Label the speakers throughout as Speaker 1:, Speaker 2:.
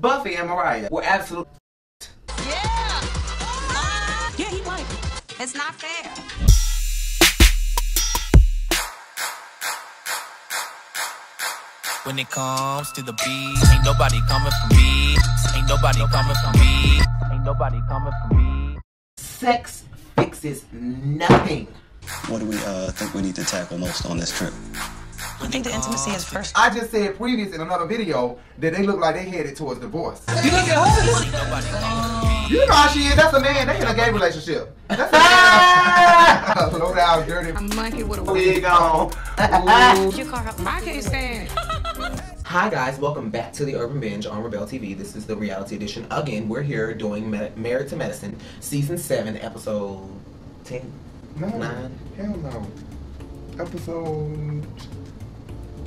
Speaker 1: Buffy and Mariah were absolute.
Speaker 2: Yeah, he might. It's not fair.
Speaker 3: When it comes to the beat, ain't nobody coming for me. Ain't nobody coming for me. Ain't nobody coming for me.
Speaker 1: Sex fixes nothing.
Speaker 4: What do we uh, think we need to tackle most on this trip?
Speaker 5: I think the intimacy is first.
Speaker 6: I just said previous in another video that they look like they headed towards divorce.
Speaker 3: Ain't nobody coming for me.
Speaker 6: You know how she is. That's a man. They in a gay relationship. That's a man. Low down, dirty
Speaker 7: I'm monkey with a
Speaker 6: wig on.
Speaker 5: Would you call her?
Speaker 7: I can't stand it.
Speaker 1: Hi guys, welcome back to the Urban Binge on Rebel TV. This is the reality edition. Again, we're here doing Med- Married to Medicine, season seven, episode ten.
Speaker 6: No,
Speaker 1: Nine.
Speaker 6: hell no. Episode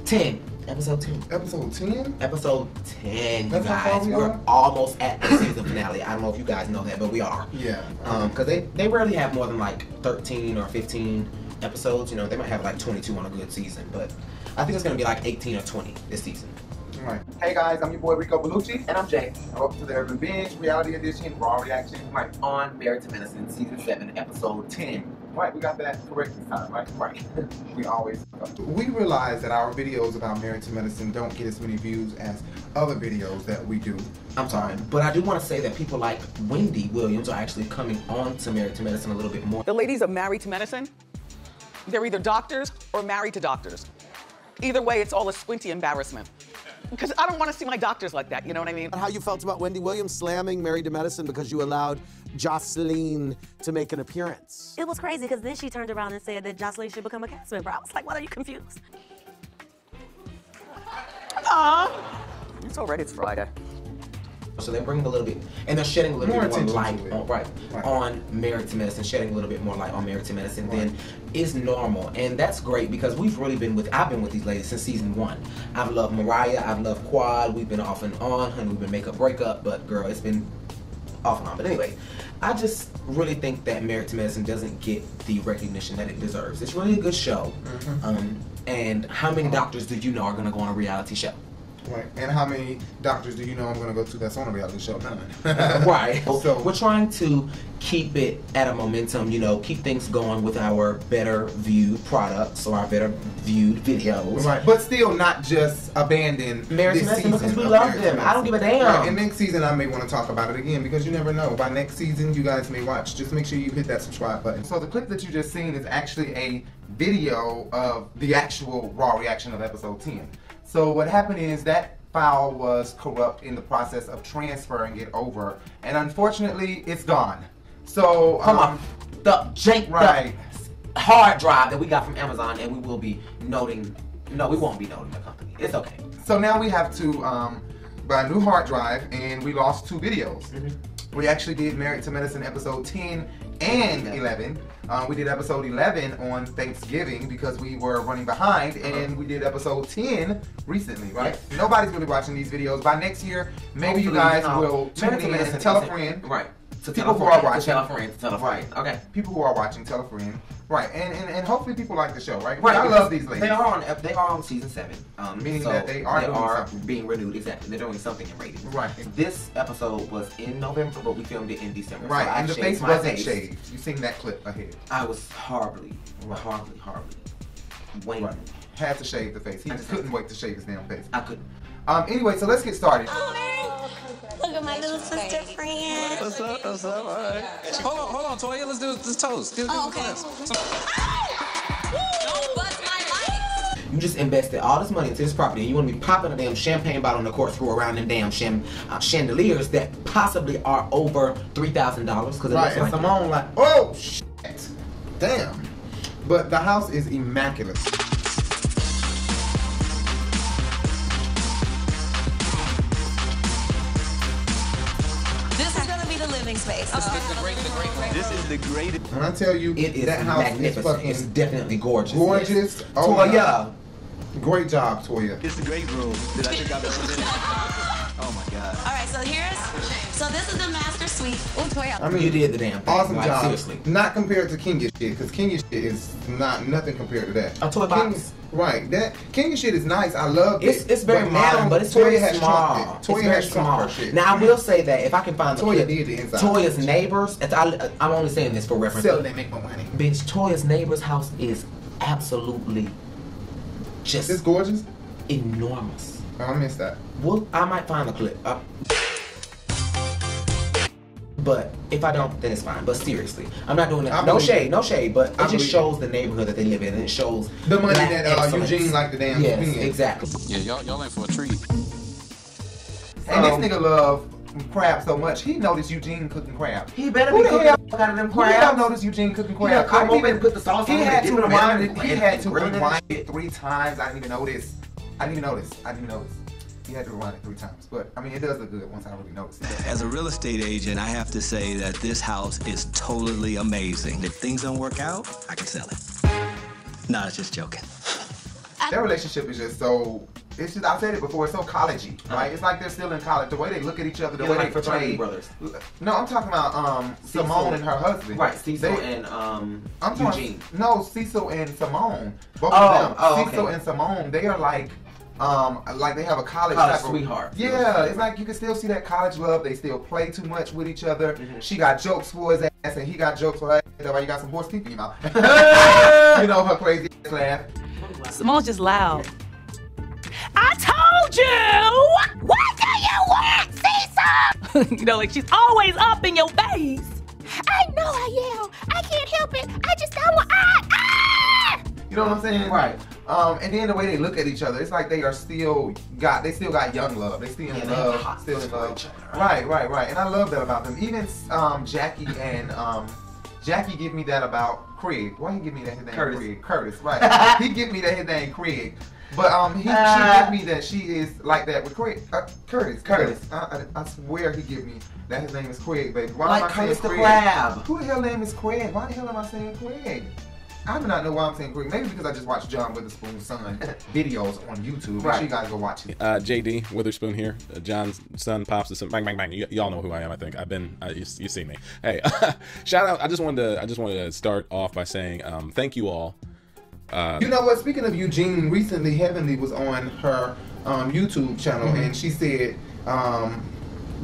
Speaker 1: Ten. Episode ten.
Speaker 6: episode ten.
Speaker 1: Episode ten, you
Speaker 6: That's how far
Speaker 1: guys.
Speaker 6: we
Speaker 1: We're
Speaker 6: are?
Speaker 1: almost at the season finale. I don't know if you guys know that, but we are.
Speaker 6: Yeah.
Speaker 1: Um, cause they they rarely have more than like thirteen or fifteen episodes. You know, they might have like twenty two on a good season, but I think it's gonna be like eighteen or twenty this season.
Speaker 6: Right. Hey guys, I'm your boy Rico Bellucci. And I'm Jay. And welcome to the Urban Binge Reality Edition Raw Reaction. Right.
Speaker 1: On Married to Medicine, season seven, episode ten.
Speaker 6: Right, we got that correct this time, right?
Speaker 1: Right.
Speaker 6: We always We realize that our videos about married to medicine don't get as many views as other videos that we do.
Speaker 1: I'm sorry, but I do want to say that people like Wendy Williams are actually coming on to Married to Medicine a little bit more.
Speaker 8: The ladies of Married to Medicine, they're either doctors or married to doctors. Either way, it's all a squinty embarrassment. Because I don't want to see my doctors like that, you know what I mean?
Speaker 9: how you felt about Wendy Williams slamming Married to Medicine because you allowed Jocelyn to make an appearance.
Speaker 5: It was crazy because then she turned around and said that Jocelyn should become a cast member. I was like, what are you confused?
Speaker 8: It's already, it's Friday.
Speaker 1: So they're bringing a little bit, and they're shedding a little
Speaker 6: More
Speaker 1: bit more
Speaker 6: attention
Speaker 1: light
Speaker 6: to it.
Speaker 1: on right,
Speaker 6: Right.
Speaker 1: on Married to Medicine, shedding a little bit more light on Married to Medicine than is normal, and that's great because we've really been with I've been with these ladies since season one. I've loved Mariah, I've loved Quad. We've been off and on, honey. We've been makeup breakup, but girl, it's been off and on. But anyway, I just really think that Married to Medicine doesn't get the recognition that it deserves. It's really a good show,
Speaker 6: Mm-hmm.
Speaker 1: um, and how many
Speaker 6: Uh-huh.
Speaker 1: doctors do you know are going to go on a reality show?
Speaker 6: Right. And how many doctors do you know I'm gonna go to that's on a reality show? None.
Speaker 1: right.
Speaker 6: So
Speaker 1: we're trying to keep it at a momentum, you know, keep things going with our better viewed products or our better viewed videos.
Speaker 6: Right, but still not just abandon
Speaker 1: Marriage
Speaker 6: this
Speaker 1: Medicine
Speaker 6: season
Speaker 1: because we
Speaker 6: of
Speaker 1: love
Speaker 6: Marriage
Speaker 1: them. I don't give a damn.
Speaker 6: Right, and next season I may want to talk about it again because you never know. By next season, you guys may watch. Just make sure you hit that subscribe button. So the clip that you just seen is actually a video of the actual raw reaction of episode 10. So what happened is that file was corrupt in the process of transferring it over, and unfortunately, it's gone. So
Speaker 1: Come
Speaker 6: um,
Speaker 1: on. The jank
Speaker 6: Right.
Speaker 1: the hard drive that we got from Amazon and we will be noting no, we won't be noting the company. It's okay.
Speaker 6: So now we have to um, buy a new hard drive, and we lost two videos.
Speaker 1: Mm-hmm.
Speaker 6: We actually did Married to Medicine episode 10 and 11. Um, we did episode 11 on Thanksgiving because we were running behind,
Speaker 1: Uh-huh.
Speaker 6: and we did episode 10 recently, right? Nobody's really watching these videos. By next year, maybe you
Speaker 1: Hopefully,
Speaker 6: guys
Speaker 1: um,
Speaker 6: will tune
Speaker 1: Married to
Speaker 6: in
Speaker 1: Medicine
Speaker 6: and tell a
Speaker 1: isn't-
Speaker 6: friend.
Speaker 1: Right. To tell
Speaker 6: People
Speaker 1: a
Speaker 6: who are
Speaker 1: friend, to
Speaker 6: watching.
Speaker 1: tell a friend, to tell a friend. Okay.
Speaker 6: People who are watching, tell a friend. Right, and, and, and hopefully people like the show, right?
Speaker 1: Right,
Speaker 6: I
Speaker 1: because
Speaker 6: love these ladies.
Speaker 1: They are on. uh, They are on season seven. Um,
Speaker 6: Meaning
Speaker 1: so
Speaker 6: that they are doing something.
Speaker 1: being renewed. Exactly, they're doing something in ratings.
Speaker 6: Right.
Speaker 1: This episode was in November, but we filmed it in December.
Speaker 6: Right,
Speaker 1: so I
Speaker 6: and the
Speaker 1: shaved
Speaker 6: face
Speaker 1: my
Speaker 6: wasn't
Speaker 1: face.
Speaker 6: shaved. You seen that clip ahead.
Speaker 1: I was horribly, horribly, horribly Wayne.
Speaker 6: Right. Had to shave the face. He just couldn't wait to shave his damn face.
Speaker 1: I couldn't.
Speaker 6: Um. Anyway, so let's get started.
Speaker 5: Look at my little sister friend.
Speaker 9: What's up? What's up? All right.
Speaker 3: Hold on, hold on, Toya. Let's do this toast. Give,
Speaker 2: Oh, okay. Don't bust my
Speaker 1: You just invested all this money into this property, and you want to be popping a damn champagne bottle in the court through around them damn sham, uh, chandeliers that possibly are over three thousand dollars because it
Speaker 6: Right. And
Speaker 1: looks like
Speaker 6: Simone like, oh shit, damn. But the house is immaculate.
Speaker 2: This is gonna be the living space.
Speaker 4: This is the greatest.
Speaker 6: When I tell you
Speaker 1: it is
Speaker 6: that house is
Speaker 1: magnificent.
Speaker 6: fucking
Speaker 1: it's definitely gorgeous.
Speaker 6: gorgeous. Oh
Speaker 1: Toya.
Speaker 6: my God. great job, Toya.
Speaker 4: It's the great room that I think I've ever been in. Oh my god.
Speaker 2: All right, so here's So this is the master suite. Ooh, Toya.
Speaker 6: I mean,
Speaker 1: You did the damn thing.
Speaker 6: Awesome
Speaker 1: like,
Speaker 6: job.
Speaker 1: Seriously.
Speaker 6: Not compared to Kenya shit, because Kenya shit is not nothing compared to that.
Speaker 1: A toy
Speaker 6: Kenya-
Speaker 1: box.
Speaker 6: Right. That Kenya shit is nice. I love
Speaker 1: It's,
Speaker 6: it.
Speaker 1: it's very
Speaker 6: but
Speaker 1: modern,
Speaker 6: now
Speaker 1: but it's
Speaker 6: Toya
Speaker 1: very
Speaker 6: has
Speaker 1: small.
Speaker 6: trumped
Speaker 1: It's
Speaker 6: it. Toya
Speaker 1: very
Speaker 6: has trumped
Speaker 1: small.
Speaker 6: her shit.
Speaker 1: Now I will say that if I can find the
Speaker 6: Toya
Speaker 1: clip,
Speaker 6: did the inside.
Speaker 1: Toya's neighbors. and I, I'm only saying this for reference.
Speaker 6: sell it and make more money.
Speaker 1: Bitch, Toya's neighbor's house is absolutely just
Speaker 6: It's gorgeous.
Speaker 1: enormous.
Speaker 6: Oh, I miss that.
Speaker 1: Well, I might find the clip. uh, I- but if I don't, then it's fine. But seriously, I'm not doing
Speaker 6: I
Speaker 1: that. No
Speaker 6: believe
Speaker 1: shade,
Speaker 6: it.
Speaker 1: no shade. But
Speaker 6: I
Speaker 1: it just
Speaker 6: believe
Speaker 1: shows the neighborhood that they live in, and it shows
Speaker 6: The money
Speaker 1: black
Speaker 6: that, uh,
Speaker 1: excellence.
Speaker 6: Eugene liked the damn
Speaker 1: Yes,
Speaker 6: spin.
Speaker 1: exactly.
Speaker 7: Yeah, y'all, y'all in for a treat.
Speaker 6: And
Speaker 1: Um,
Speaker 6: this nigga love crab so much. He noticed Eugene cooking crab.
Speaker 1: He better
Speaker 6: Who
Speaker 1: be
Speaker 6: the
Speaker 1: cooking
Speaker 6: hell-
Speaker 1: the fuck out of them
Speaker 6: Who the hell
Speaker 1: crabs.
Speaker 6: noticed Eugene cooking crab?
Speaker 1: Yeah, come
Speaker 6: I didn't
Speaker 1: over
Speaker 6: even-
Speaker 1: and put the sauce
Speaker 6: he
Speaker 1: on it,
Speaker 6: Had
Speaker 1: dip
Speaker 6: to
Speaker 1: it around
Speaker 6: rewind
Speaker 1: and
Speaker 6: it. He
Speaker 1: grill
Speaker 6: had
Speaker 1: it
Speaker 6: to
Speaker 1: and shit.
Speaker 6: rewind it three times. I didn't even notice. I didn't even notice. I didn't even notice. He had to rewind it three times. But I mean, it does look good once I really noticed it.
Speaker 4: As a real estate agent, I have to say that this house is totally amazing. If things don't work out, I can sell it. Nah, it's just joking.
Speaker 6: Their relationship is just so. It's just I've said it before. It's so collegey, right? It's like they're still in college. The way they look at each other, the
Speaker 1: Uh-huh. Yeah,
Speaker 6: way
Speaker 1: like
Speaker 6: they
Speaker 1: fraternity
Speaker 6: portray.
Speaker 1: brothers.
Speaker 6: No, I'm talking about um Simone and her husband.
Speaker 1: Right, Cecil
Speaker 6: They-
Speaker 1: and um,
Speaker 6: I'm talking
Speaker 1: Eugene.
Speaker 6: no Cecil and Simone. Both
Speaker 1: Oh,
Speaker 6: of them.
Speaker 1: oh,
Speaker 6: Cecil
Speaker 1: okay.
Speaker 6: and Simone, they are like um like they have a college,
Speaker 1: College
Speaker 6: type of-
Speaker 1: sweetheart.
Speaker 6: Yeah, it's like you can still see that college love. They still play too much with each other.
Speaker 1: Mm-hmm.
Speaker 6: She got jokes for his ass and he got jokes for her ass. That's why you got some horse teeth in your mouth. you know her crazy ass laugh.
Speaker 5: Simone's just loud. I told you! What do you want, Cecil? you know, like she's always up in your face. I know I am. I can't help it. I just don't want. Ah, ah!
Speaker 6: You know what I'm saying?
Speaker 1: Right.
Speaker 6: Um, and then the way they look at each other, it's like they are still got they still got young love. They still
Speaker 1: Yeah,
Speaker 6: in
Speaker 1: they
Speaker 6: love,
Speaker 1: hot
Speaker 6: still in
Speaker 1: for
Speaker 6: love.
Speaker 1: each other.
Speaker 6: Right, right, right. And I love that about them. Even um, Jackie and um, Jackie give me that about Craig. Why he give me that his name
Speaker 1: Curtis.
Speaker 6: Craig? Curtis, right? he give me that his name Craig. But um, he
Speaker 1: Uh.
Speaker 6: she give me that she is like that with Craig. Uh, Curtis, Curtis. I, I, I swear he give me that his name is Craig, baby. Why
Speaker 1: Like
Speaker 6: am I saying
Speaker 1: Curtis the
Speaker 6: Craig?
Speaker 1: Crab.
Speaker 6: Who the hell name is Craig? Why the hell am I saying Craig? I do not know why I'm saying Craig. Maybe because I just watched John Witherspoon's son videos on YouTube. Make sure you guys go watch it.
Speaker 10: Uh, JD Witherspoon here. Uh, John's son pops the son. Bang bang bang. Y- y'all know who I am. I think I've been. Uh, you, you see me. Hey, shout out. I just wanted to. I just wanted to start off by saying um, thank you all.
Speaker 6: You know what? Speaking of Eugene, recently Heavenly was on her um, YouTube channel
Speaker 1: Mm-hmm.
Speaker 6: and she said um,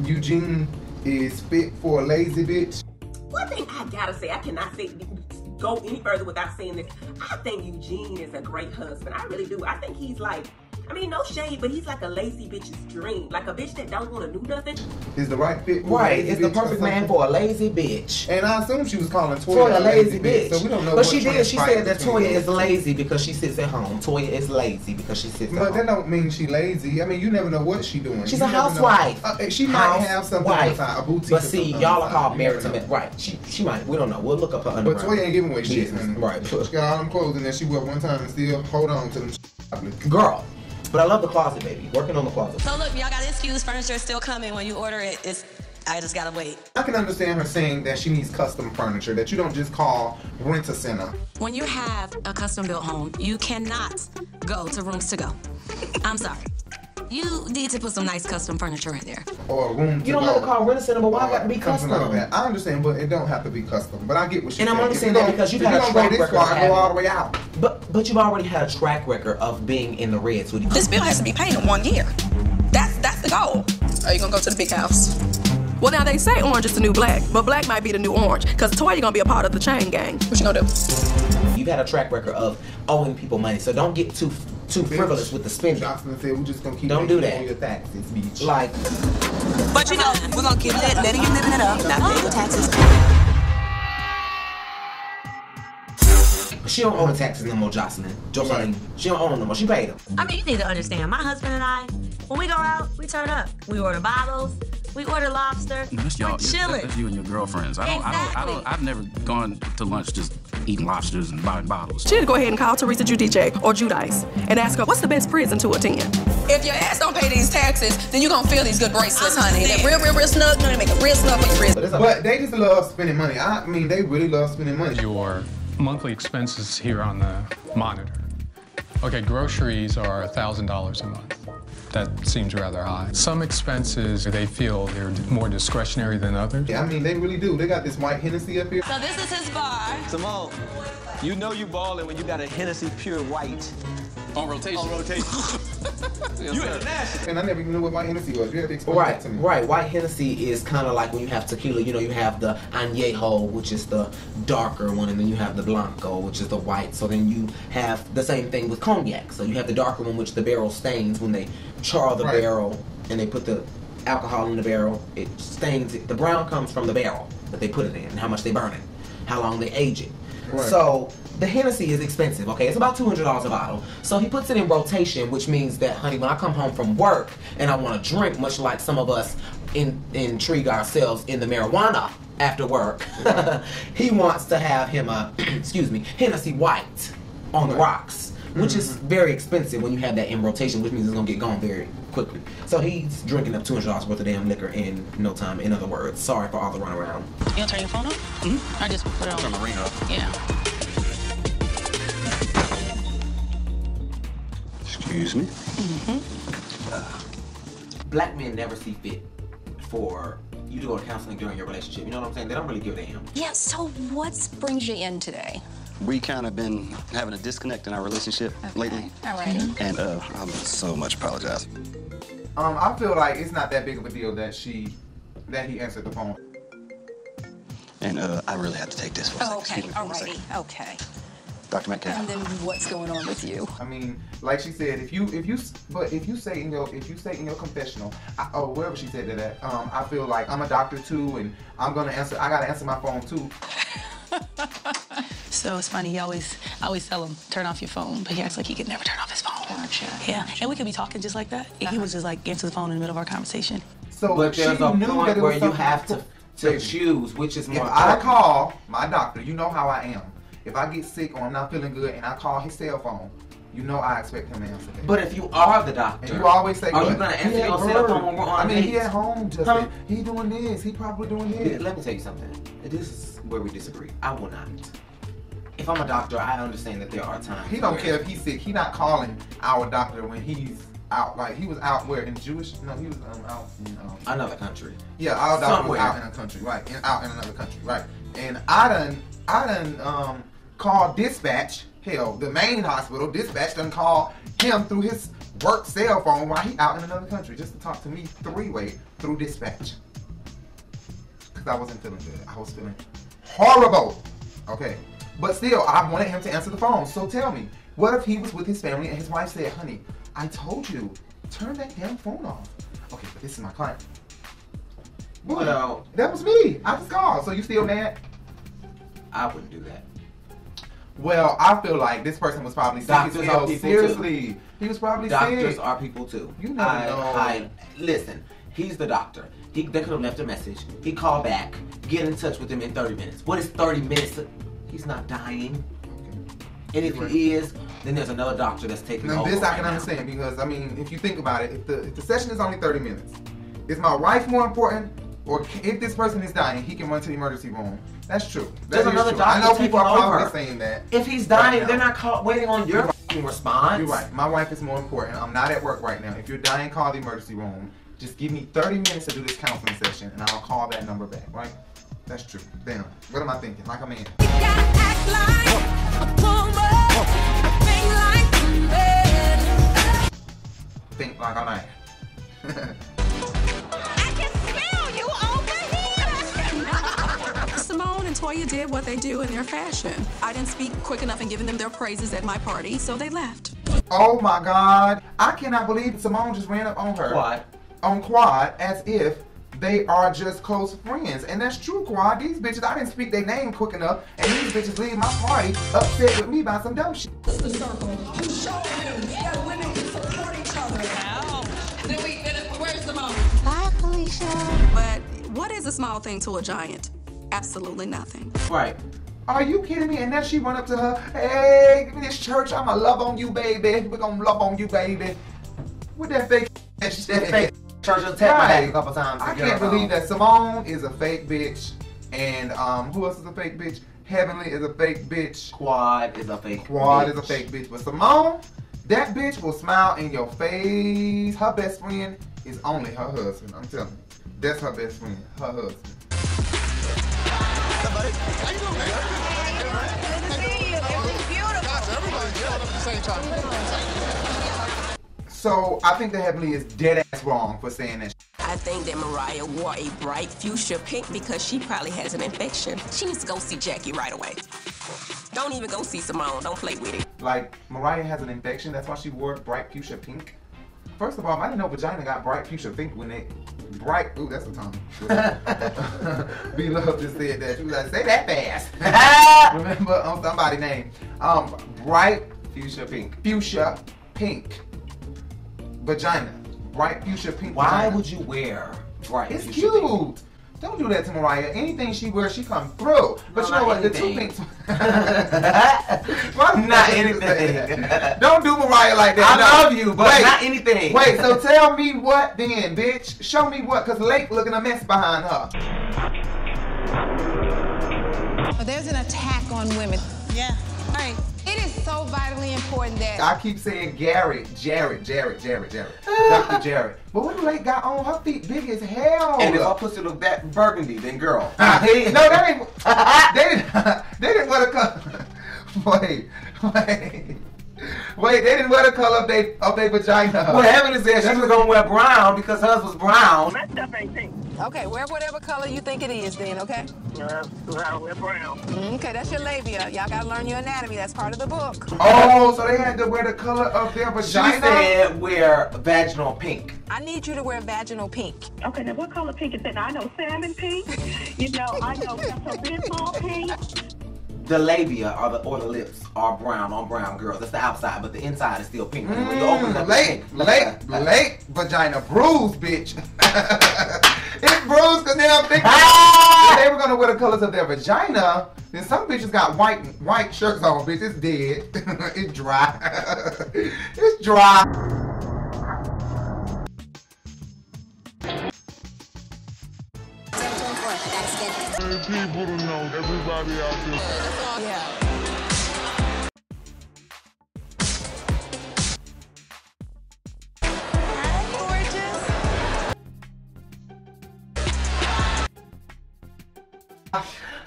Speaker 6: Eugene is fit for a lazy bitch.
Speaker 11: One thing I gotta say, I cannot say go any further without saying this. I think Eugene is a great husband. I really do. I think he's like, I mean, no shade, but he's like a lazy bitch's dream, like a bitch that don't want to do nothing.
Speaker 6: Is the right fit? for a
Speaker 1: Right,
Speaker 6: lazy
Speaker 1: it's the
Speaker 6: bitch or
Speaker 1: perfect man
Speaker 6: something?
Speaker 1: for a lazy bitch.
Speaker 6: And I assume she was calling Toya,
Speaker 1: Toya a lazy bitch.
Speaker 6: So we don't know.
Speaker 1: but
Speaker 6: what
Speaker 1: she did. She said
Speaker 6: transpired
Speaker 1: that
Speaker 6: between
Speaker 1: Toya
Speaker 6: them.
Speaker 1: is lazy because she sits at home. Toya is lazy because she sits
Speaker 6: But
Speaker 1: at
Speaker 6: that
Speaker 1: home.
Speaker 6: don't mean she lazy. I mean, you never know what she doing.
Speaker 1: She's
Speaker 6: You
Speaker 1: a
Speaker 6: never know.
Speaker 1: housewife.
Speaker 6: Uh, she might have something
Speaker 1: Housewife.
Speaker 6: inside a boutique. or
Speaker 1: But see,
Speaker 6: something
Speaker 1: y'all are
Speaker 6: inside.
Speaker 1: called
Speaker 6: You
Speaker 1: married to
Speaker 6: never
Speaker 1: men.
Speaker 6: know.
Speaker 1: Right. She she might. We don't know. We'll look up her
Speaker 6: But
Speaker 1: underground.
Speaker 6: Toya ain't giving away shit.
Speaker 1: business.
Speaker 6: man. She
Speaker 1: Right.
Speaker 6: got all them clothes in that she wore one time and still hold on to them. shit, probably.
Speaker 1: Girl. But I love the closet, baby. Working on the closet.
Speaker 2: So look, y'all got excuse. Furniture is still coming. When you order it, it's I just gotta wait.
Speaker 6: I can understand her saying that she needs custom furniture that you don't just call rent a center.
Speaker 2: When you have a custom built home, you cannot go to rooms to go. I'm sorry. You need to put some nice custom furniture in there.
Speaker 6: or a room.
Speaker 1: You don't have to call rent a center, but why got to be
Speaker 6: Something
Speaker 1: custom?
Speaker 6: like that. I understand, but it don't have to be custom. But I get what you
Speaker 1: And I'm only saying that because you've
Speaker 6: if
Speaker 1: had a
Speaker 6: you
Speaker 1: track
Speaker 6: don't go this
Speaker 1: record of
Speaker 6: far, go
Speaker 1: having-
Speaker 6: all the way out.
Speaker 1: But but you've already had a track record of being in the red, sweetie.
Speaker 12: This bill has to be paid in one year. That's that's the goal. Are you gonna go to the big house? Well, now they say orange is the new black, but black might be the new orange, cause Toya gonna be a part of the chain gang. What you gonna do?
Speaker 1: You've had a track record of owing people money, so don't get too too frivolous with the spending.
Speaker 6: Jocelyn said, "We're just gonna keep
Speaker 1: Don't do
Speaker 6: making
Speaker 1: that.
Speaker 6: all your taxes, bitch."
Speaker 1: Like
Speaker 12: But you know, we're gonna keep lit, letting you living it up, not paying your taxes.
Speaker 1: she don't owe the taxes no more, Jocelyn. Jocelyn, she don't own them no more. She paid them.
Speaker 2: I mean, you need to understand. My husband and I, when we go out, we turn up. We order bottles. We order lobster.
Speaker 7: No, that's y'all.
Speaker 2: We're
Speaker 7: you- that-
Speaker 2: chilling.
Speaker 7: That's you and your girlfriends. I don't, I don't, I
Speaker 2: Exactly.
Speaker 7: don't, I've never gone to lunch just eating lobsters and buying bottles.
Speaker 12: She'd go ahead and call Teresa Judice or Judice and ask her what's the best prison to attend. If your ass don't pay these taxes, then you gonna feel these good bracelets, honey. That real, real, real snug, you gonna make a real snug for your wrist.
Speaker 1: But it's okay.
Speaker 6: But they just love spending money. I mean, they really love spending money.
Speaker 11: Your monthly expenses here on the monitor. Okay, groceries are $1,000 a month.
Speaker 13: That seems rather high. Some expenses, they feel they're more discretionary than others.
Speaker 6: Yeah, I mean, they really do. They got this white Hennessy up here.
Speaker 2: So this is his bar.
Speaker 4: Simone, you know you balling when you got a Hennessy Pure White. On rotation. On rotation. you international.
Speaker 6: And I never even knew what white Hennessy was. You had to explain
Speaker 1: Right,
Speaker 6: that to me.
Speaker 1: right. White Hennessy is kind of like when you have tequila. You know, you have the añejo, which is the darker one, and then you have the blanco, which is the white. So then you have the same thing with cognac. So you have the darker one, which the barrel stains when they char the
Speaker 6: Right.
Speaker 1: barrel and they put the alcohol in the barrel. It stains it. The brown comes from the barrel that they put it in, and how much they burn it, how long they age it.
Speaker 6: Right.
Speaker 1: So the Hennessy is expensive. Okay, it's about two hundred dollars a bottle. So he puts it in rotation, which means that, honey, when I come home from work and I want to drink, much like some of us in, intrigue ourselves in the marijuana after work, he wants to have him a excuse me Hennessy White on the rocks, which is
Speaker 6: Mm-hmm.
Speaker 1: very expensive when you have that in rotation, which means it's gonna get gone very quickly. So he's drinking up two hundred dollars worth of damn liquor in no time. In other words, sorry for all the runaround.
Speaker 14: You'll turn your phone off? Mm-hmm. I just put it on. Turn the ring off. Yeah.
Speaker 4: Excuse me.
Speaker 1: black men never see fit for you to go to counseling during your relationship. You know what I'm saying? They don't really give a damn.
Speaker 2: Yeah, so what brings you in today?
Speaker 4: We kind of been having a disconnect in our relationship lately.
Speaker 2: All right.
Speaker 4: And uh, I'm so much apologize.
Speaker 6: Um, I feel like it's not that big of a deal that she, that he answered the phone.
Speaker 4: And uh, I really have to take this for a second.
Speaker 2: Okay,
Speaker 4: Excuse me for one second.
Speaker 2: alrighty, okay.
Speaker 4: Dr.
Speaker 2: And
Speaker 4: Metcalf.
Speaker 2: then what's going on with you?
Speaker 6: I mean, like she said, if you if you but if you say in your if you say in your confessional I, or wherever she said that, at, um, I feel like I'm a doctor too, and I'm gonna answer. I gotta answer my phone too.
Speaker 14: So it's funny. He always, I always tell him turn off your phone, but he acts like he could never turn off his phone. Yeah, and we could be talking just like that. And
Speaker 2: Uh-huh.
Speaker 14: he was just like answer the phone in the middle of our conversation.
Speaker 6: So
Speaker 1: but
Speaker 6: she
Speaker 1: there's a
Speaker 6: knew that
Speaker 1: point
Speaker 6: it
Speaker 1: where
Speaker 6: was
Speaker 1: you
Speaker 6: something-
Speaker 1: have to, to choose which is
Speaker 6: If
Speaker 1: more.
Speaker 6: I call my doctor, you know how I am. If I get sick or I'm not feeling good, and I call his cell phone, you know I expect him to answer. That.
Speaker 1: But if you are the doctor,
Speaker 6: And you always say,
Speaker 1: are you
Speaker 6: "What?
Speaker 1: gonna
Speaker 6: He
Speaker 1: answer
Speaker 6: at
Speaker 1: your cell
Speaker 6: work."
Speaker 1: phone when we're on
Speaker 6: I mean,
Speaker 1: dates?
Speaker 6: he at home, Justin.
Speaker 1: Huh?
Speaker 6: He doing this. He probably doing this.
Speaker 1: Let me tell you something. This is where we disagree. I will not. If I'm a doctor, I understand that there are times.
Speaker 6: He don't
Speaker 1: where-
Speaker 6: care if he's sick. He not calling our doctor when he's out. Like he was out where in Jewish? No, he was um, out. In, um,
Speaker 1: Another country.
Speaker 6: Yeah, our doctor
Speaker 1: Somewhere.
Speaker 6: was out in a country, right? In, out in another country, right? And I done, I done um, called dispatch. Hell, the main hospital dispatch done called him through his work cell phone while he out in another country just to talk to me three way through dispatch. Cause I wasn't feeling good. I was feeling horrible. Okay. But still, I wanted him to answer the phone. So tell me, what if he was with his family and his wife said, honey, I told you, turn that damn phone off. Okay, but this is my client. Boy,
Speaker 1: Well-
Speaker 6: that was me. I just called. So you still mad?
Speaker 1: I wouldn't do that.
Speaker 6: Well, I feel like this person was probably sick as
Speaker 1: Doctors
Speaker 6: hell.
Speaker 1: are people
Speaker 6: Seriously.
Speaker 1: too.
Speaker 6: He was probably
Speaker 1: Doctors
Speaker 6: sick.
Speaker 1: are people too.
Speaker 6: You never
Speaker 1: I,
Speaker 6: know.
Speaker 1: I- listen. He's the doctor. He they could have left a message. He called back. Get in touch with him in 30 minutes. What is 30 minutes? He's not dying. And if he is, then there's another doctor that's taking
Speaker 6: Now
Speaker 1: over.
Speaker 6: this I
Speaker 1: right
Speaker 6: can
Speaker 1: now.
Speaker 6: understand because I mean, if you think about it, if the if the session is only 30 minutes, is my wife more important? Or c- if this person is dying, he can run to the emergency room. That's true. That's
Speaker 1: There's another
Speaker 6: true.
Speaker 1: doctor
Speaker 6: I know
Speaker 1: taking
Speaker 6: people are probably
Speaker 1: over.
Speaker 6: saying that.
Speaker 1: If he's dying,
Speaker 6: now.
Speaker 1: they're not call, waiting on your f***ing response.
Speaker 6: You're right. My wife is more important. I'm not at work right now. If you're dying, call the emergency room. Just give me 30 minutes to do this counseling session, and I'll call that number back. Right? That's true. Damn. What am I thinking? Like a man. Think like a man.
Speaker 12: Simone and Toya did what they do in their fashion. I didn't speak quick enough and giving them their praises at my party, so they left.
Speaker 6: Oh my God. I cannot believe Simone just ran up on her.
Speaker 1: Quad.
Speaker 6: On Quad as if they are just close friends. And that's true, Quad. These bitches, I didn't speak their name quick enough, and these bitches leave my party upset with me about some dumb shit.
Speaker 12: It's the circle. You showed me that women can support each other. How? Then we, then it- where's the moment? Bye, Felicia. But what is a small thing to a giant? Absolutely nothing.
Speaker 1: Right.
Speaker 6: Are you kidding me? And then she run up to her, hey, give me this church. I'ma love on you, baby. We're gonna love on you, baby. With that fake that she
Speaker 1: That fake church attack my
Speaker 6: Right.
Speaker 1: back a couple times.
Speaker 6: I
Speaker 1: to get
Speaker 6: can't
Speaker 1: her
Speaker 6: believe
Speaker 1: phone.
Speaker 6: that Simone is a fake bitch. And um, who else is a fake bitch? Heavenly is a fake bitch.
Speaker 1: Quad is a fake
Speaker 6: Quad
Speaker 1: bitch.
Speaker 6: is a fake bitch. But Simone, That bitch will smile in your face. Her best friend is only her husband. I'm telling you. That's her best friend. Her husband. So I think the Heavenly is dead ass wrong for saying that.
Speaker 12: I think that Mariah wore a bright fuchsia pink because she probably has an infection. She needs to go see Jackie right away. Don't even go see Simone. Don't play with it.
Speaker 6: Like Mariah has an infection. That's why she wore bright fuchsia pink. First of all, I didn't know vagina got bright fuchsia pink when it bright. Ooh, that's the tongue. Be love just said that. She was like, say that fast. Remember on somebody's name. Um, bright fuchsia pink. Fuchsia pink. Vagina. Bright fuchsia pink.
Speaker 15: Why
Speaker 6: vagina.
Speaker 15: would you wear bright?
Speaker 6: It's
Speaker 15: fuchsia pink?
Speaker 6: cute. Don't do that to Mariah. Anything she wears, she come through. But you
Speaker 15: Not
Speaker 6: know what?
Speaker 15: anything.
Speaker 6: The two pinks. not anything. Don't do Mariah like that.
Speaker 15: I
Speaker 6: no.
Speaker 15: love you, but not anything.
Speaker 6: Wait, so tell me what then, bitch? Show me what, cause Lake looking a mess behind her.
Speaker 8: Oh, There's an attack on women. Yeah. All right. It is so vitally important that
Speaker 6: I keep saying Gary, Jared, Jared, Jared, Jared, Doctor Jared. But what do Lake got on her feet? Big as hell.
Speaker 1: And if I pussy look that burgundy, then girl.
Speaker 6: no, that ain't. They didn't. They didn't wear the color. Wait, wait, wait. They didn't wear the color of they of their vagina.
Speaker 1: Well, Heaven is there. She was gonna wear brown because hers was brown.
Speaker 8: stuff ain't pink. Okay, wear whatever color you think it is then, okay? Yeah, wear brown. Mm-hmm, Okay, that's your labia. Y'all gotta learn your anatomy. That's part of the book.
Speaker 6: Oh, so they had to wear the color of their vagina.
Speaker 1: She said wear vaginal pink.
Speaker 8: I need you to wear vaginal pink. Okay, now what color pink is that? I know salmon pink. you know, I know pepper pink.
Speaker 1: The labia or the or the lips are brown on brown girls. That's the outside, but the inside is still pink. when you
Speaker 6: Mm,
Speaker 1: open it up,
Speaker 6: Lake, lake, lake, vagina bruised, bitch. it's bruised because now I'm thinking if they were gonna wear the colors of their vagina. Then some bitches got white white shirts on, bitch. It's dead. it's dry. it's dry.
Speaker 16: people to know everybody out there.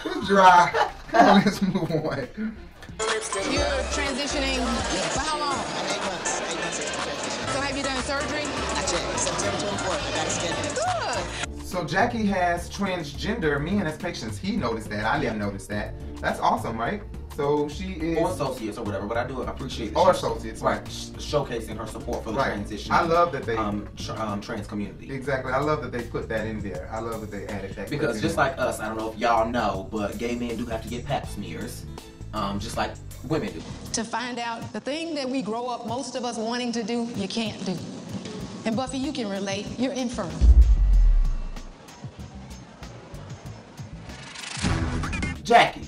Speaker 6: It's dry. Come on, let's move on.
Speaker 8: You're transitioning for how long? Eight months. Eight months. So have you done surgery? I checked. September 24th. I got scheduled. Good.
Speaker 6: So Jackie has transgender men as patients. He noticed that. I didn't notice that. That's awesome, right? So she is
Speaker 1: or associates or whatever, but I do appreciate that
Speaker 6: Or
Speaker 1: she's-
Speaker 6: associates,
Speaker 1: right? sh- Showcasing her support for the
Speaker 6: Right.
Speaker 1: transition.
Speaker 6: I love that they-
Speaker 1: um, tr- um trans community
Speaker 6: Exactly. I love that they put that in there. I love that they added that.
Speaker 1: because just like
Speaker 6: clip
Speaker 1: us, I don't know if y'all know, but gay men do have to get pap smears, um, just like women do.
Speaker 8: to find out the thing that we grow up most of us wanting to do, you can't do. And Buffy, you can relate. You're infertile.
Speaker 1: Jackie,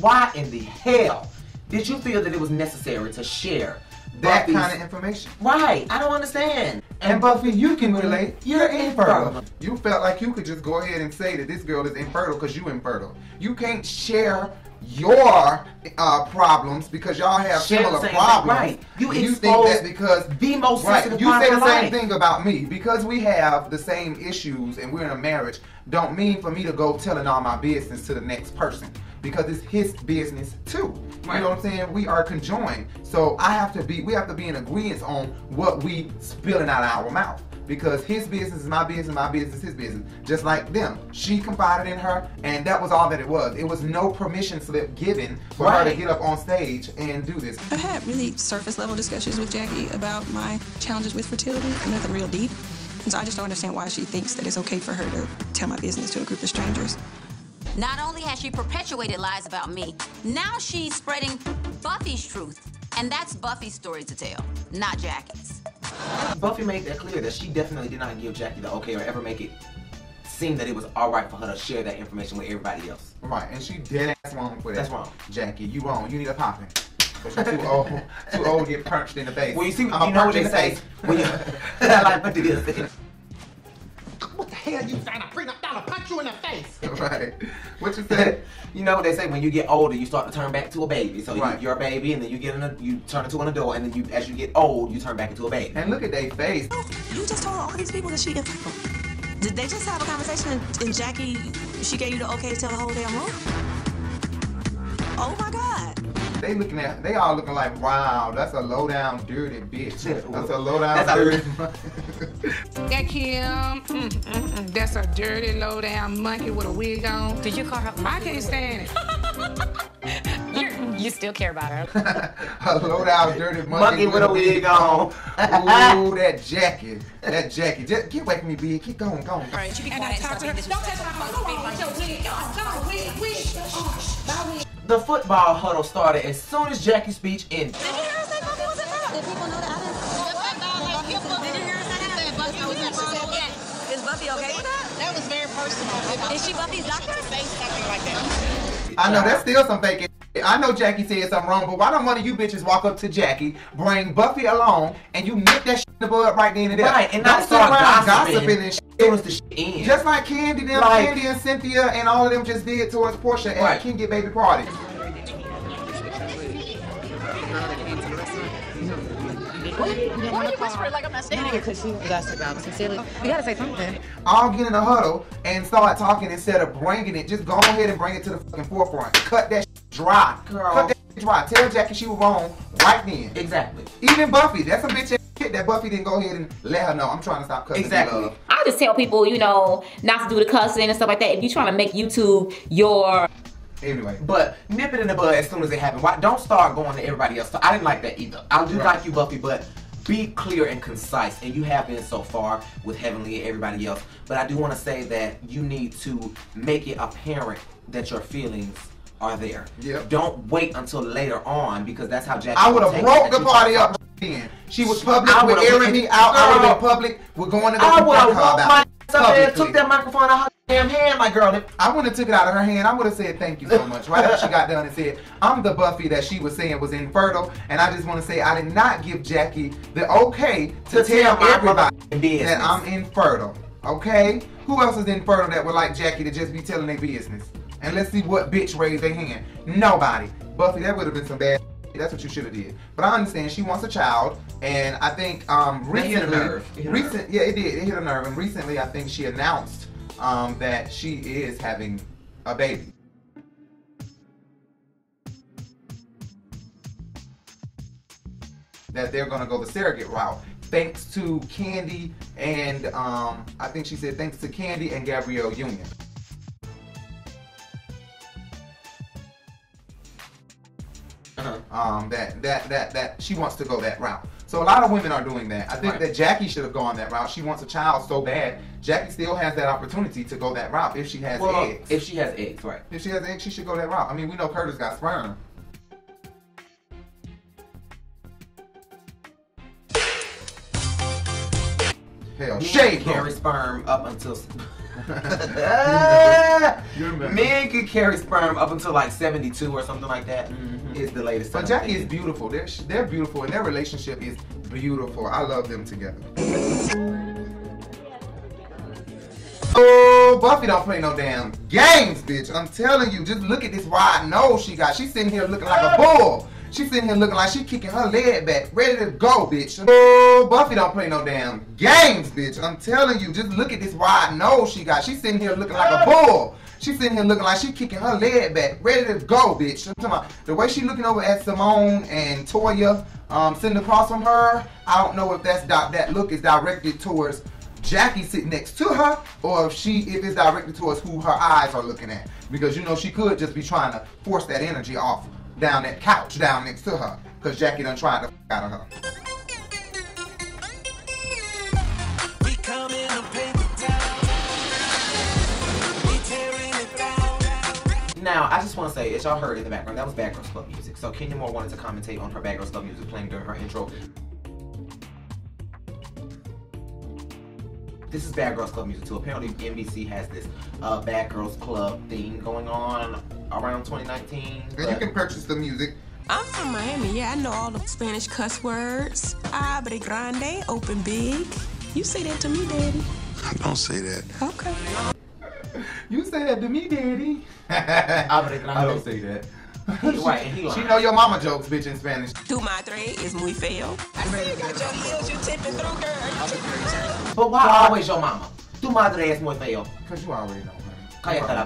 Speaker 1: why in the hell did you feel that it was necessary to share
Speaker 6: that
Speaker 1: Buffy's-
Speaker 6: kind of information.
Speaker 1: Right, I don't understand.
Speaker 6: And Buffy, you can relate. You're
Speaker 1: infertile.
Speaker 6: infertile. You felt like you could just go ahead and say that this girl is infertile because you infertile. You can't share your uh, problems because y'all have
Speaker 1: Share the
Speaker 6: similar
Speaker 1: same thing,
Speaker 6: problems.
Speaker 1: right. You
Speaker 6: And you think
Speaker 1: exposed
Speaker 6: that because
Speaker 1: the most
Speaker 6: right,
Speaker 1: sensitive
Speaker 6: you
Speaker 1: part
Speaker 6: say
Speaker 1: of
Speaker 6: the
Speaker 1: my
Speaker 6: same
Speaker 1: life.
Speaker 6: thing about me because we have the same issues and we're in a marriage. Don't mean for me to go telling all my business to the next person because it's his business too. You know what I'm saying? We are conjoined, so I have to be. We have to be in agreement on what we spilling out of our mouth because his business is my business, my business is his business. Just like them, she confided in her, and that was all that it was. It was no permission slip given for her to
Speaker 12: Right.
Speaker 6: get up on stage and do this.
Speaker 12: I had really surface level discussions with Jackie about my challenges with fertility, nothing real deep. And so I just don't understand why she thinks that it's okay for her to tell my business to a group of strangers.
Speaker 2: Not only has she perpetuated lies about me, now she's spreading Buffy's truth. And that's Buffy's story to tell, not Jackie's.
Speaker 1: Buffy made that clear that she definitely did not give Jackie the okay or ever make it seem that it was all right for her to share that information with everybody else.
Speaker 6: Right, and she dead ass wrong for that.
Speaker 1: That's wrong.
Speaker 6: Jackie, you wrong. You need a popping. But you're too old. too old to get punched in the face.
Speaker 1: Well, you see,
Speaker 6: I'ma
Speaker 1: you know
Speaker 6: punch
Speaker 1: what
Speaker 6: in
Speaker 1: they
Speaker 6: the
Speaker 1: say.
Speaker 6: face.
Speaker 1: When you, I like what they say.
Speaker 6: hell you sign a prenup? I'll punch you in the face.
Speaker 1: Right. What you said? you know what they say when you get older, you start to turn back to a baby. So
Speaker 6: Right.
Speaker 1: you, are a baby, and then you get in a, you turn into an adult, and then you as you get old, you turn back into a baby. And look at their face.
Speaker 2: You just told all these people that she infertile. Did they just have a conversation and, and Jackie, she gave you the okay to tell the whole damn room? Oh my God.
Speaker 6: They looking at, they all looking like, wow, that's a low down dirty bitch. That's a low down
Speaker 1: That's a-
Speaker 6: dirty.
Speaker 8: That Kim, mm, mm, mm, that's a dirty, low down monkey with a wig on. Did you call her? I can't stand it.
Speaker 17: You're, you still care about her.
Speaker 6: a low down dirty monkey,
Speaker 1: Monkey with a wig on.
Speaker 6: Ooh, that jacket, that jacket. Just get away from me, bitch. Keep going, going.
Speaker 17: All right, you be
Speaker 8: And I talked to her. Don't touch my phone. Go on, with your wig. Go on, go on, wig, wig. Oh, my wig.
Speaker 1: The football huddle started as soon as Jackie's speech ended.
Speaker 2: Is Buffy okay with that?
Speaker 8: That was very personal.
Speaker 2: Is she Buffy's doctor?
Speaker 8: Say something like that.
Speaker 6: I know that's still some fake. I know Jackie said something wrong, but why don't one of you bitches walk up to Jackie, bring Buffy along, and you nip that shit in the bud right then and there?
Speaker 1: Right, and
Speaker 6: Don't
Speaker 1: I
Speaker 6: sit
Speaker 1: start
Speaker 6: around
Speaker 1: gossiping.
Speaker 6: and shit.
Speaker 1: Soon as the shit ends.
Speaker 6: Just like Candy, them,
Speaker 1: Like-
Speaker 6: Candy and Cynthia, and all of them just did towards Portia at
Speaker 1: Right.
Speaker 6: King Get Baby Party.
Speaker 17: Why are you whispering like I'm not standing here? Because she was us about sincerely. You gotta say something.
Speaker 6: All get in a huddle and start talking instead of bringing it. Just go ahead and bring it to the fucking forefront. Cut that shit dry. Cut that shit dry. Tell Jackie she was wrong right then.
Speaker 1: Exactly.
Speaker 6: Even Buffy, that's some bitch ass shit that Buffy didn't go ahead and let her know. I'm trying to stop cussing. Exactly. Love.
Speaker 18: I just tell people, you know, not to do the cussing and stuff like that. If you're trying to make YouTube your
Speaker 6: Anyway,
Speaker 1: but nip it in the bud as soon as it happened. Why don't start going to everybody else? So I didn't like that either. I do like you, Buffy, but be clear and concise, and you have been so far with Heavenly and everybody else. But I do want to say that you need to make it apparent that your feelings are there.
Speaker 6: Yep.
Speaker 1: Don't wait until later on because that's how Jackie.
Speaker 6: I would have
Speaker 1: will take
Speaker 6: broke
Speaker 1: it, that
Speaker 6: the
Speaker 1: you
Speaker 6: party
Speaker 1: talk
Speaker 6: up then. She was
Speaker 1: I
Speaker 6: public with
Speaker 1: would've-
Speaker 6: airing me out. I would have been
Speaker 1: Girl.
Speaker 6: public. We're going to go
Speaker 1: I
Speaker 6: to
Speaker 1: would have
Speaker 6: Frank
Speaker 1: walked
Speaker 6: Hall
Speaker 1: my ass
Speaker 6: about it.
Speaker 1: up there,
Speaker 6: Publicly.
Speaker 1: took that microphone out of her damn hand, my girl.
Speaker 6: I would have took it out of her hand. I would have said thank you so much. Right after she got done and said, "I'm the Buffy that she was saying was infertile," and I just want to say I did not give Jackie the okay
Speaker 1: To tell
Speaker 6: to, tell
Speaker 1: my
Speaker 6: everybody
Speaker 1: business.
Speaker 6: that I'm infertile. Okay? Who else is infertile that would like Jackie to just be telling their business? And let's see what bitch raised their hand. Nobody. Buffy, that would have been some bad. That's what you should have did. But I understand she wants a child, and I think um
Speaker 1: That hit a
Speaker 6: recently,
Speaker 1: nerve. It hit a nerve.
Speaker 6: recent, yeah, it did. It hit a nerve. And recently, I think she announced um, that she is having a baby. That they're gonna go the surrogate route, thanks to Candy and um, I think she said thanks to Candy and Gabrielle Union.
Speaker 1: Uh-huh.
Speaker 6: um, that that that that she wants to go that route. So a lot of women are doing that. I think
Speaker 1: Right.
Speaker 6: that Jackie should have gone that route. She wants a child so bad. Jackie still has that opportunity to go that route if she has
Speaker 1: Well,
Speaker 6: eggs.
Speaker 1: if she has eggs, right?
Speaker 6: If she has eggs, she should go that route. I mean, we know Curtis got sperm. Hell, shake
Speaker 1: Men carry
Speaker 6: him.
Speaker 1: sperm up until.
Speaker 6: You remember.
Speaker 1: Men can carry sperm up until like 72 or something like that. Is the latest.
Speaker 6: Mm-hmm. But
Speaker 1: that I'm
Speaker 6: Jackie is beautiful. They're they're beautiful, and their relationship is beautiful. I love them together. Oh, Buffy don't play no damn games, bitch. I'm telling you, just look at this wide nose she got. She's sitting here looking like a bull. She's sitting here looking like she kicking her leg back, ready to go, bitch. Oh, Buffy don't play no damn games, bitch. I'm telling you, just look at this wide nose she got. She's sitting here looking like a bull. She's sitting here looking like she kicking her leg back, ready to go, bitch. I'm talking about the way she looking over at Simone and Toya um, sitting across from her. I don't know if that's di- that look is directed towards Jackie sitting next to her, or if she if it's directed towards who her eyes are looking at. Because you know she could just be trying to force that energy off down that couch down next to her. Cause Jackie done tried to f- out of her.
Speaker 1: Now, I just want to say, as y'all heard in the background, that was Bad Girls Club music. So Kenya Moore wanted to commentate on her Bad Girls Club music playing during her intro. This is Bad Girls Club music too. Apparently, NBC has this uh, Bad Girls Club thing going on around 2019.
Speaker 6: And you can purchase the music.
Speaker 12: I'm from Miami. Yeah, I know all the Spanish cuss words. Abre grande, open big. You say that to me, daddy.
Speaker 19: Don't say that.
Speaker 6: Okay. you say that to me, daddy. I don't say that.
Speaker 1: right, and he
Speaker 6: she
Speaker 1: lying.
Speaker 6: know your mama jokes, bitch, in Spanish.
Speaker 20: Tu madre es muy feo. I see you got your heels, you tipping through, girl.
Speaker 1: But why always your mama? Tu madre es muy feo.
Speaker 6: Cause you already know,
Speaker 1: honey. Cállate la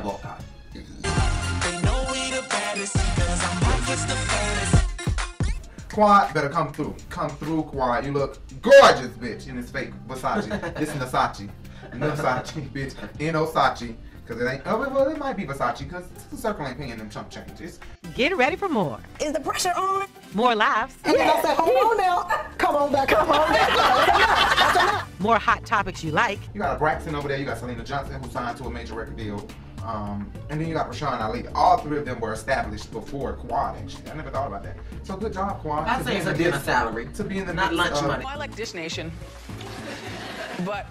Speaker 1: boca.
Speaker 6: Quad better come through. Come through, Quad. You look gorgeous, bitch, in this fake Versace. this Versace. No Versace, bitch. In Osachi. Cause it ain't, oh, well, it might be Versace, cause the circle ain't paying them chump changes.
Speaker 21: Get ready for more.
Speaker 6: Is the pressure on?
Speaker 21: More lives.
Speaker 6: And then I said, hold on now. Come on back, come on back.
Speaker 21: More hot topics you like.
Speaker 6: You got Braxton over there. You got Selena Johnson, who signed to a major record deal. Um, and then you got Rashawn Ali. All three of them were established before Quad, actually. I never thought about that. So good job, Quad.
Speaker 1: I'd
Speaker 6: to
Speaker 1: say
Speaker 6: be
Speaker 1: it's a
Speaker 6: in the
Speaker 1: dinner
Speaker 6: midst-
Speaker 1: salary.
Speaker 6: To be in the
Speaker 1: Not
Speaker 6: midst
Speaker 1: lunch
Speaker 6: of-
Speaker 1: money.
Speaker 8: I like Dish Nation, but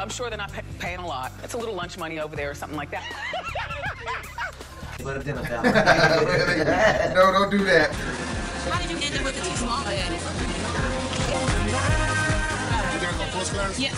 Speaker 8: I'm sure they're not pa- paying a lot. It's a little lunch money over there or something like that.
Speaker 1: But a dinner salary.
Speaker 6: no, don't do that.
Speaker 22: How did you end up with the two small Yes.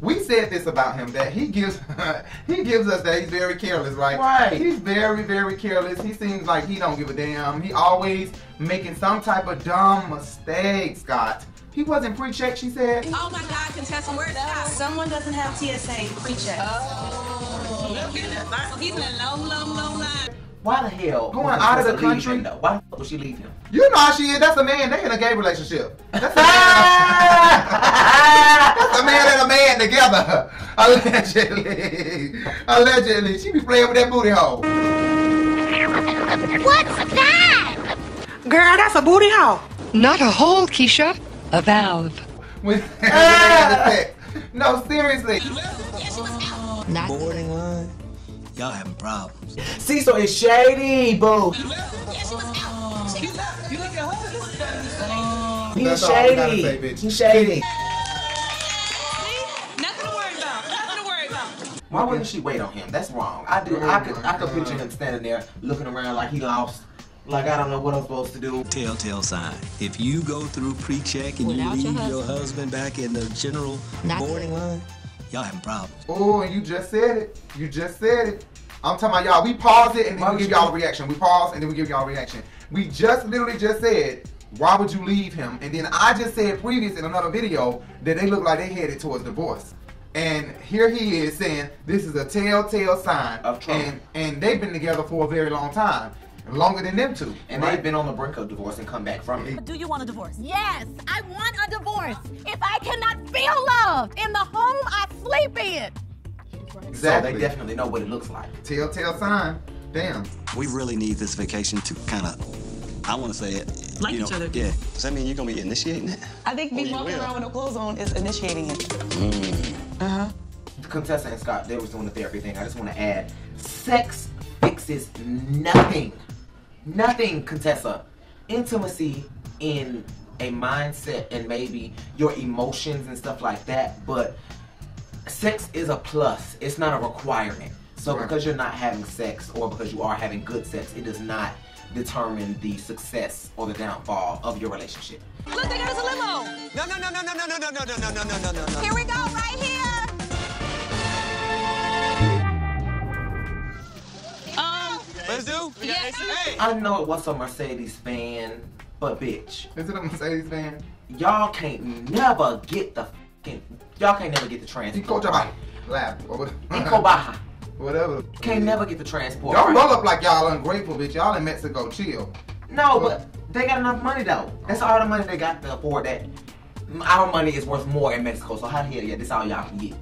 Speaker 6: We said this about him that he gives he gives us that he's very careless, right?
Speaker 1: Right.
Speaker 6: He's very very careless. He seems like he don't give a damn. He always making some type of dumb mistake, Scott. He wasn't pre-check. She said.
Speaker 22: Oh my God, contestant, where's Scott? Someone doesn't have TSA pre-check. Oh. He's in a low, low, low line.
Speaker 1: Why the hell?
Speaker 6: Going
Speaker 1: was
Speaker 6: out of
Speaker 1: she
Speaker 6: the
Speaker 1: leaving,
Speaker 6: country?
Speaker 1: though? Why the fuck would she leave him?
Speaker 6: You know how she is. That's a man. They in a gay relationship. That's a man, that's a man and a man together. Allegedly. Allegedly. She be playing with that booty hole.
Speaker 23: What's that? Girl, that's a booty hole. Not a hole, Keisha. A valve.
Speaker 6: With sex. No, seriously.
Speaker 4: Not borderline. Y'all having problems.
Speaker 1: Cecil is shady, boo. He's
Speaker 6: That's all we gotta
Speaker 1: shady.
Speaker 6: say, bitch.
Speaker 1: He's shady.
Speaker 22: Nothing to worry about. Nothing to worry about.
Speaker 1: Why wouldn't she wait on him? That's wrong. I do. I could. I could picture him standing there looking around like he lost. Like I don't know what I'm supposed to do.
Speaker 4: Telltale sign. If you go through pre-check and
Speaker 1: Without
Speaker 4: you
Speaker 1: your
Speaker 4: leave your
Speaker 1: husband.
Speaker 4: husband. back in the general
Speaker 6: Not
Speaker 4: boarding line, y'all having problems.
Speaker 6: Oh, you just said it. You just said it. I'm talking about y'all. We pause it and then we give y'all a reaction. We pause and then we give y'all a reaction. We just literally just said, why would you leave him? And then I just said previous in another video that they look like they headed towards divorce. And here he is saying this is a telltale sign of trouble. And, and they've been together for a very long time, longer than them two.
Speaker 1: And they've been on the brink of divorce and come back from it.
Speaker 2: Do you want a divorce? Yes, I want a divorce. If I cannot feel loved in the home I sleep in.
Speaker 1: So they definitely know what it looks like.
Speaker 6: Telltale sign. Damn.
Speaker 4: We really need this vacation to kind of, I want to say it. Like you each other. Yeah. Does that mean you're going to be initiating it?
Speaker 24: I think
Speaker 4: Oh,
Speaker 24: me
Speaker 4: you
Speaker 24: walking
Speaker 4: will.
Speaker 24: around with no clothes on is initiating it.
Speaker 1: Uh huh. Contessa and Scott, they was doing the therapy thing. I just want to add, sex fixes nothing. Nothing, Contessa. Intimacy in a mindset and maybe your emotions and stuff like that, but sex is a plus. It's not a requirement. So
Speaker 6: Right.
Speaker 1: because you're not having sex or because you are having good sex, it does not determine the success or the downfall of your relationship.
Speaker 2: Look, they got us a limo. No, no, no, no, no, no, no, no, no, no, no, no, no, no. Here we go, right here. Um,
Speaker 4: Let's do.
Speaker 2: yeah.
Speaker 1: I know it was a Mercedes fan, but bitch.
Speaker 6: Is it a Mercedes fan?
Speaker 1: Y'all can't never get the fucking. Y'all can't never get the transport.
Speaker 6: Cobaha. Lab.
Speaker 1: Cobaha.
Speaker 6: Whatever.
Speaker 1: Can't never get the transport.
Speaker 6: Y'all
Speaker 1: right.
Speaker 6: roll up like y'all ungrateful, bitch. Y'all in Mexico, chill.
Speaker 1: No, but they got enough money though. That's all the money they got to afford that. Our money is worth more in Mexico, so how the hell yeah, this all y'all can get.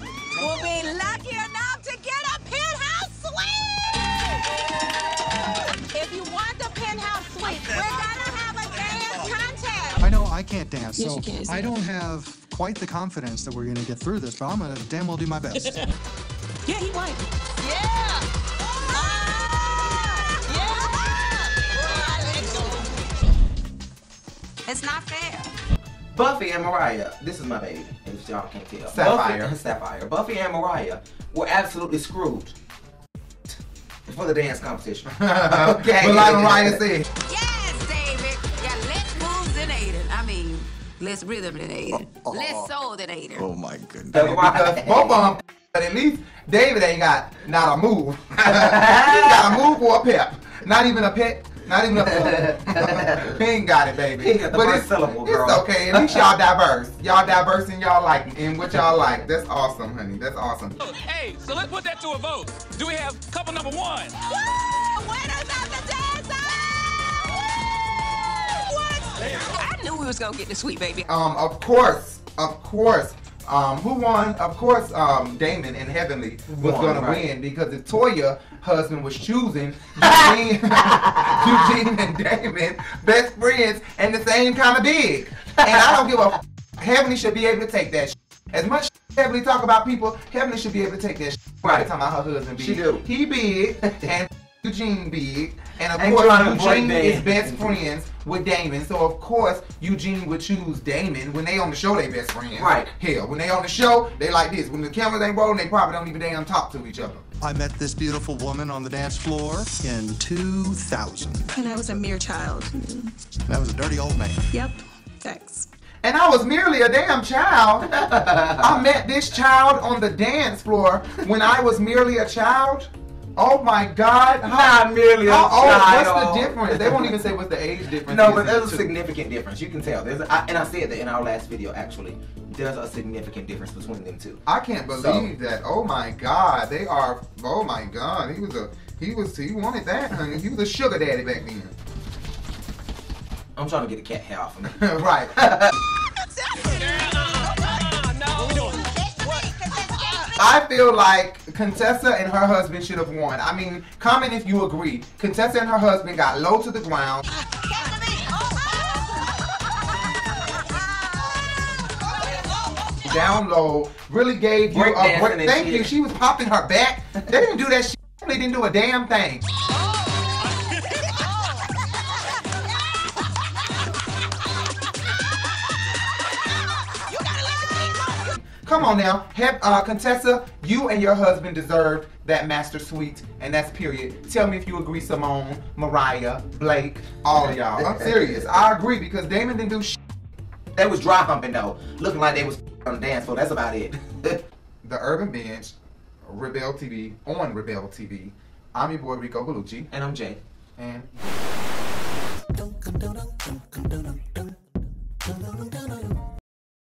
Speaker 2: We'll be lucky enough to get a penthouse suite. If you want the penthouse suite, we're gonna have a dance contest.
Speaker 25: I know I can't dance,
Speaker 2: Yes,
Speaker 25: so
Speaker 2: you can.
Speaker 25: I don't have quite the confidence that we're going to get through this, but I'm going to damn well do my best.
Speaker 2: Yeah, he white. Yeah.
Speaker 26: It's not fair.
Speaker 1: Buffy and Mariah, this is my baby, if y'all can't tell.
Speaker 6: Sapphire.
Speaker 1: Buffy, Sapphire. Buffy and Mariah were absolutely screwed for the dance competition. okay.
Speaker 6: But like Mariah said,
Speaker 26: David got less moves than Aiden. I mean,
Speaker 2: Less rhythm than they hater. Less soul than they hater.
Speaker 27: Oh my goodness.
Speaker 6: That's why because both of them, but at least David ain't got not a move. he got a move or a pep. Not even a pep. Not even a pep. he ain't got it, baby.
Speaker 1: He got the first
Speaker 6: it's,
Speaker 1: syllable,
Speaker 6: it's
Speaker 1: girl.
Speaker 6: okay. At least y'all diverse. Y'all diverse in y'all like in what y'all like. That's awesome, honey. That's awesome.
Speaker 8: Hey, so let's put that to a vote. Do we have couple number one?
Speaker 28: I knew we was gonna get the sweet baby.
Speaker 6: Um, of course, of course. Um, who won? Of course, um, Damon and Heavenly was
Speaker 1: Won,
Speaker 6: gonna
Speaker 1: right.
Speaker 6: win because if Toya husband was choosing Eugene, Eugene and Damon best friends and the same kind of big, and I don't give a f- Heavenly should be able to take that. Sh- as much sh- Heavenly talk about people, Heavenly should be able to take that. Sh- right, talking about her husband. Big.
Speaker 1: She do.
Speaker 6: He big and Eugene big, and of
Speaker 1: And trying to
Speaker 6: course
Speaker 1: avoid
Speaker 6: Eugene is
Speaker 1: Damon.
Speaker 6: best friends with Damon. So of course Eugene would choose Damon when they on the show. They best friends.
Speaker 1: Right.
Speaker 6: Hell, when they on the show, they like this. When the cameras ain't rolling, they probably don't even damn talk to each other.
Speaker 4: I met this beautiful woman on the dance floor in 2000.
Speaker 12: And I was a mere child.
Speaker 4: That was a dirty old man.
Speaker 12: Yep. Thanks.
Speaker 6: And I was merely a damn child. I met this child on the dance floor when I was merely a child. Oh my God! How,
Speaker 1: Not merely a
Speaker 6: how old?
Speaker 1: child.
Speaker 6: What's the difference? They won't even say what the age difference.
Speaker 1: No,
Speaker 6: is
Speaker 1: but there's a
Speaker 6: between-
Speaker 1: significant difference. You can tell. There's, I, and I said that in our last video actually. There's a significant difference between them two.
Speaker 6: I can't believe
Speaker 1: So-
Speaker 6: that. Oh my God, they are. Oh my God, he was a. He was. He wanted that, honey. He was a sugar daddy back then.
Speaker 1: I'm trying to get the cat hair off of me.
Speaker 6: right. I feel like Contessa and her husband should have won. I mean, comment if you agree. Contessa and her husband got low to the ground.
Speaker 28: Oh.
Speaker 6: Down low really gave you a
Speaker 1: Breakdancing
Speaker 6: break.
Speaker 1: and
Speaker 6: Thank
Speaker 1: shit.
Speaker 6: you. She was popping her back. They didn't do that shit. They didn't do a damn thing. Come on now, Hep, uh, Contessa, you and your husband deserved that master suite, and that's period. Tell me if you agree, Simone, Mariah, Blake, all of y'all. I'm serious. I agree because Damon didn't do shit.
Speaker 1: They was dry humping though, looking like they was on the dance floor. That's about it.
Speaker 6: the Urban Bench, Rebel TV, on Rebel TV. I'm your boy Rico Bellucci.
Speaker 1: And I'm Jay.
Speaker 6: And